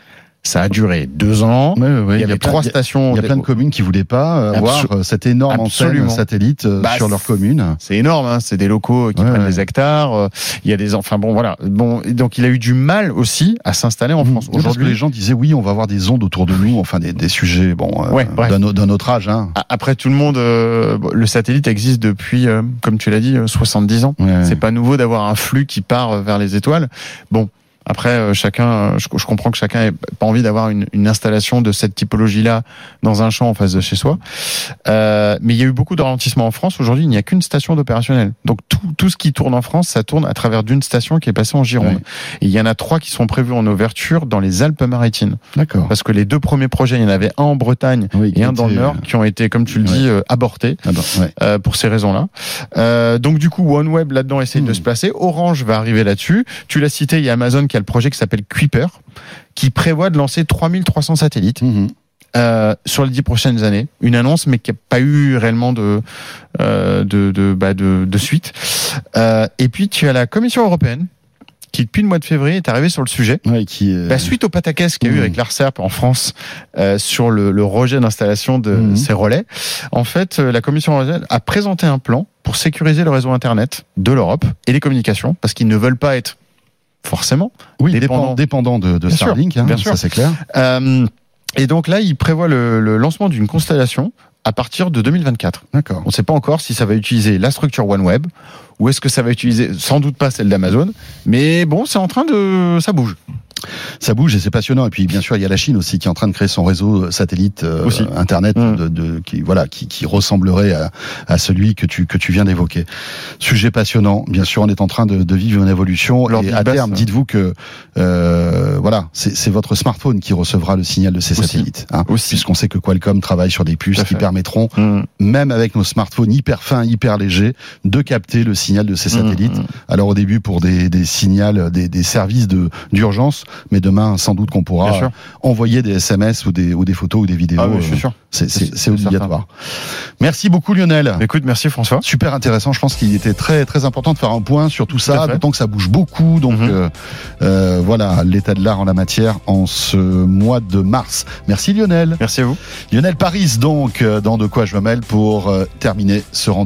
Speaker 3: Ça a duré deux ans.
Speaker 2: Ouais, ouais, ouais.
Speaker 3: Il y avait
Speaker 2: plein-
Speaker 3: trois
Speaker 2: il y a-
Speaker 3: stations.
Speaker 2: Il y a plein de communes qui voulaient pas euh, avoir
Speaker 3: Absol-
Speaker 2: euh, cette énorme antenne
Speaker 3: Absolument.
Speaker 2: satellite euh,
Speaker 3: Bah,
Speaker 2: sur leur commune.
Speaker 3: C'est énorme, hein, c'est des locaux qui
Speaker 2: Ouais,
Speaker 3: prennent
Speaker 2: ouais.
Speaker 3: des hectares. euh, Il y a des, enfin bon, voilà. Bon, et donc il a eu du mal aussi à s'installer en France.
Speaker 2: Aujourd'hui, les
Speaker 3: Aujourd'hui,
Speaker 2: gens disaient Mmh. oui, on va avoir des ondes autour de nous, enfin des, des sujets, bon, euh,
Speaker 3: Ouais, bref.
Speaker 2: d'un au- d'un autre âge. Hein.
Speaker 3: a- après tout le monde, euh, bon, le satellite existe depuis, euh, comme tu l'as dit, euh, 70 ans.
Speaker 2: Ouais.
Speaker 3: C'est pas nouveau d'avoir un flux qui part euh, vers les étoiles. Bon. Après, euh, chacun, euh, je, je comprends que chacun ait pas envie d'avoir une, une installation de cette typologie-là dans un champ en face de chez soi. Euh, mais il y a eu beaucoup de ralentissement en France. Aujourd'hui, il n'y a qu'une station d'opérationnel. Donc tout, tout ce qui tourne en France, ça tourne à travers d'une station qui est passée en Gironde.
Speaker 2: Ouais.
Speaker 3: Et il y en a trois qui sont prévus en ouverture dans les Alpes-Maritimes.
Speaker 2: D'accord.
Speaker 3: Parce que les deux premiers projets, il y en avait un en Bretagne
Speaker 2: Oui,
Speaker 3: et un dans le
Speaker 2: c'est-
Speaker 3: Nord, qui ont été, comme tu le
Speaker 2: euh, Ouais.
Speaker 3: dis, euh, abortés
Speaker 2: Ah bah, ouais.
Speaker 3: euh, pour ces raisons-là. Euh, donc du coup, OneWeb là-dedans essaye
Speaker 2: Hmm.
Speaker 3: de se placer. Orange va arriver là-dessus. Tu l'as cité, il y a Amazon qui a le projet qui s'appelle Kuiper, qui prévoit de lancer 3300 satellites
Speaker 2: Mhm.
Speaker 3: euh, sur les dix prochaines années. Une annonce, mais qui n'a pas eu réellement de, euh, de, de, bah, de, de suite. Euh, et puis, tu as la Commission européenne, qui depuis le mois de février est arrivée sur le sujet.
Speaker 2: Ouais, qui, euh,
Speaker 3: Bah, suite au pataquès qu'il y a eu
Speaker 2: Mmh.
Speaker 3: avec l'ARCEP en France euh, sur le, le rejet d'installation de
Speaker 2: Mmh.
Speaker 3: ces relais, en fait, euh, la Commission européenne a présenté un plan pour sécuriser le réseau Internet de l'Europe et les communications, parce qu'ils ne veulent pas être forcément.
Speaker 2: oui, dépendant, dépendant
Speaker 3: dépendant.
Speaker 2: de, de
Speaker 3: Bien sûr,
Speaker 2: Starlink, hein,
Speaker 3: bien
Speaker 2: ça
Speaker 3: sûr.
Speaker 2: c'est clair.
Speaker 3: Euh, et donc là, il prévoit le, le lancement d'une constellation à partir de 2024.
Speaker 2: D'accord.
Speaker 3: On ne sait pas encore si ça va utiliser la structure OneWeb ou est-ce que ça va utiliser, sans doute pas celle d'Amazon, mais bon, c'est en train de, ça bouge.
Speaker 2: Ça bouge et c'est passionnant. Et puis, bien sûr, il y a la Chine aussi qui est en train de créer son réseau satellite euh,
Speaker 3: Aussi.
Speaker 2: internet
Speaker 3: Mm.
Speaker 2: de, de- qui voilà qui, qui ressemblerait à, à celui que tu que tu viens d'évoquer. Sujet passionnant. Bien sûr, on est en train de, de vivre une évolution.
Speaker 3: L'ordi
Speaker 2: et à
Speaker 3: basse,
Speaker 2: terme,
Speaker 3: hein.
Speaker 2: dites-vous que euh, voilà, c'est c'est votre smartphone qui recevra le signal de ces
Speaker 3: Aussi.
Speaker 2: satellites. hein.
Speaker 3: Aussi.
Speaker 2: Puisqu'on sait que Qualcomm travaille sur des puces
Speaker 3: Tout à
Speaker 2: qui
Speaker 3: fait.
Speaker 2: permettront, même avec nos smartphones hyper fins, hyper légers, de capter le signal de ces satellites.
Speaker 3: Mmh.
Speaker 2: Alors au début pour des, des signals, des, des services de d'urgence, mais demain sans doute qu'on pourra
Speaker 3: Bien sûr.
Speaker 2: euh, envoyer des SMS ou des, ou des photos ou des vidéos.
Speaker 3: Ah oui, je
Speaker 2: euh,
Speaker 3: suis sûr.
Speaker 2: c'est- C'est
Speaker 3: C'est-
Speaker 2: c'est
Speaker 3: c'est
Speaker 2: obligatoire. Merci beaucoup Lionel.
Speaker 3: Écoute, merci François.
Speaker 2: Super intéressant, je pense qu'il était très très important de faire un point sur tout
Speaker 3: Tout
Speaker 2: ça,
Speaker 3: à fait.
Speaker 2: d'autant que ça bouge beaucoup, donc
Speaker 3: Mhm.
Speaker 2: euh, euh, voilà l'état de l'art en la matière en ce mois de mars. Merci Lionel.
Speaker 3: Merci à vous.
Speaker 2: Lionel Paris donc, euh, dans De quoi je me mêle pour euh, terminer ce rendez-vous.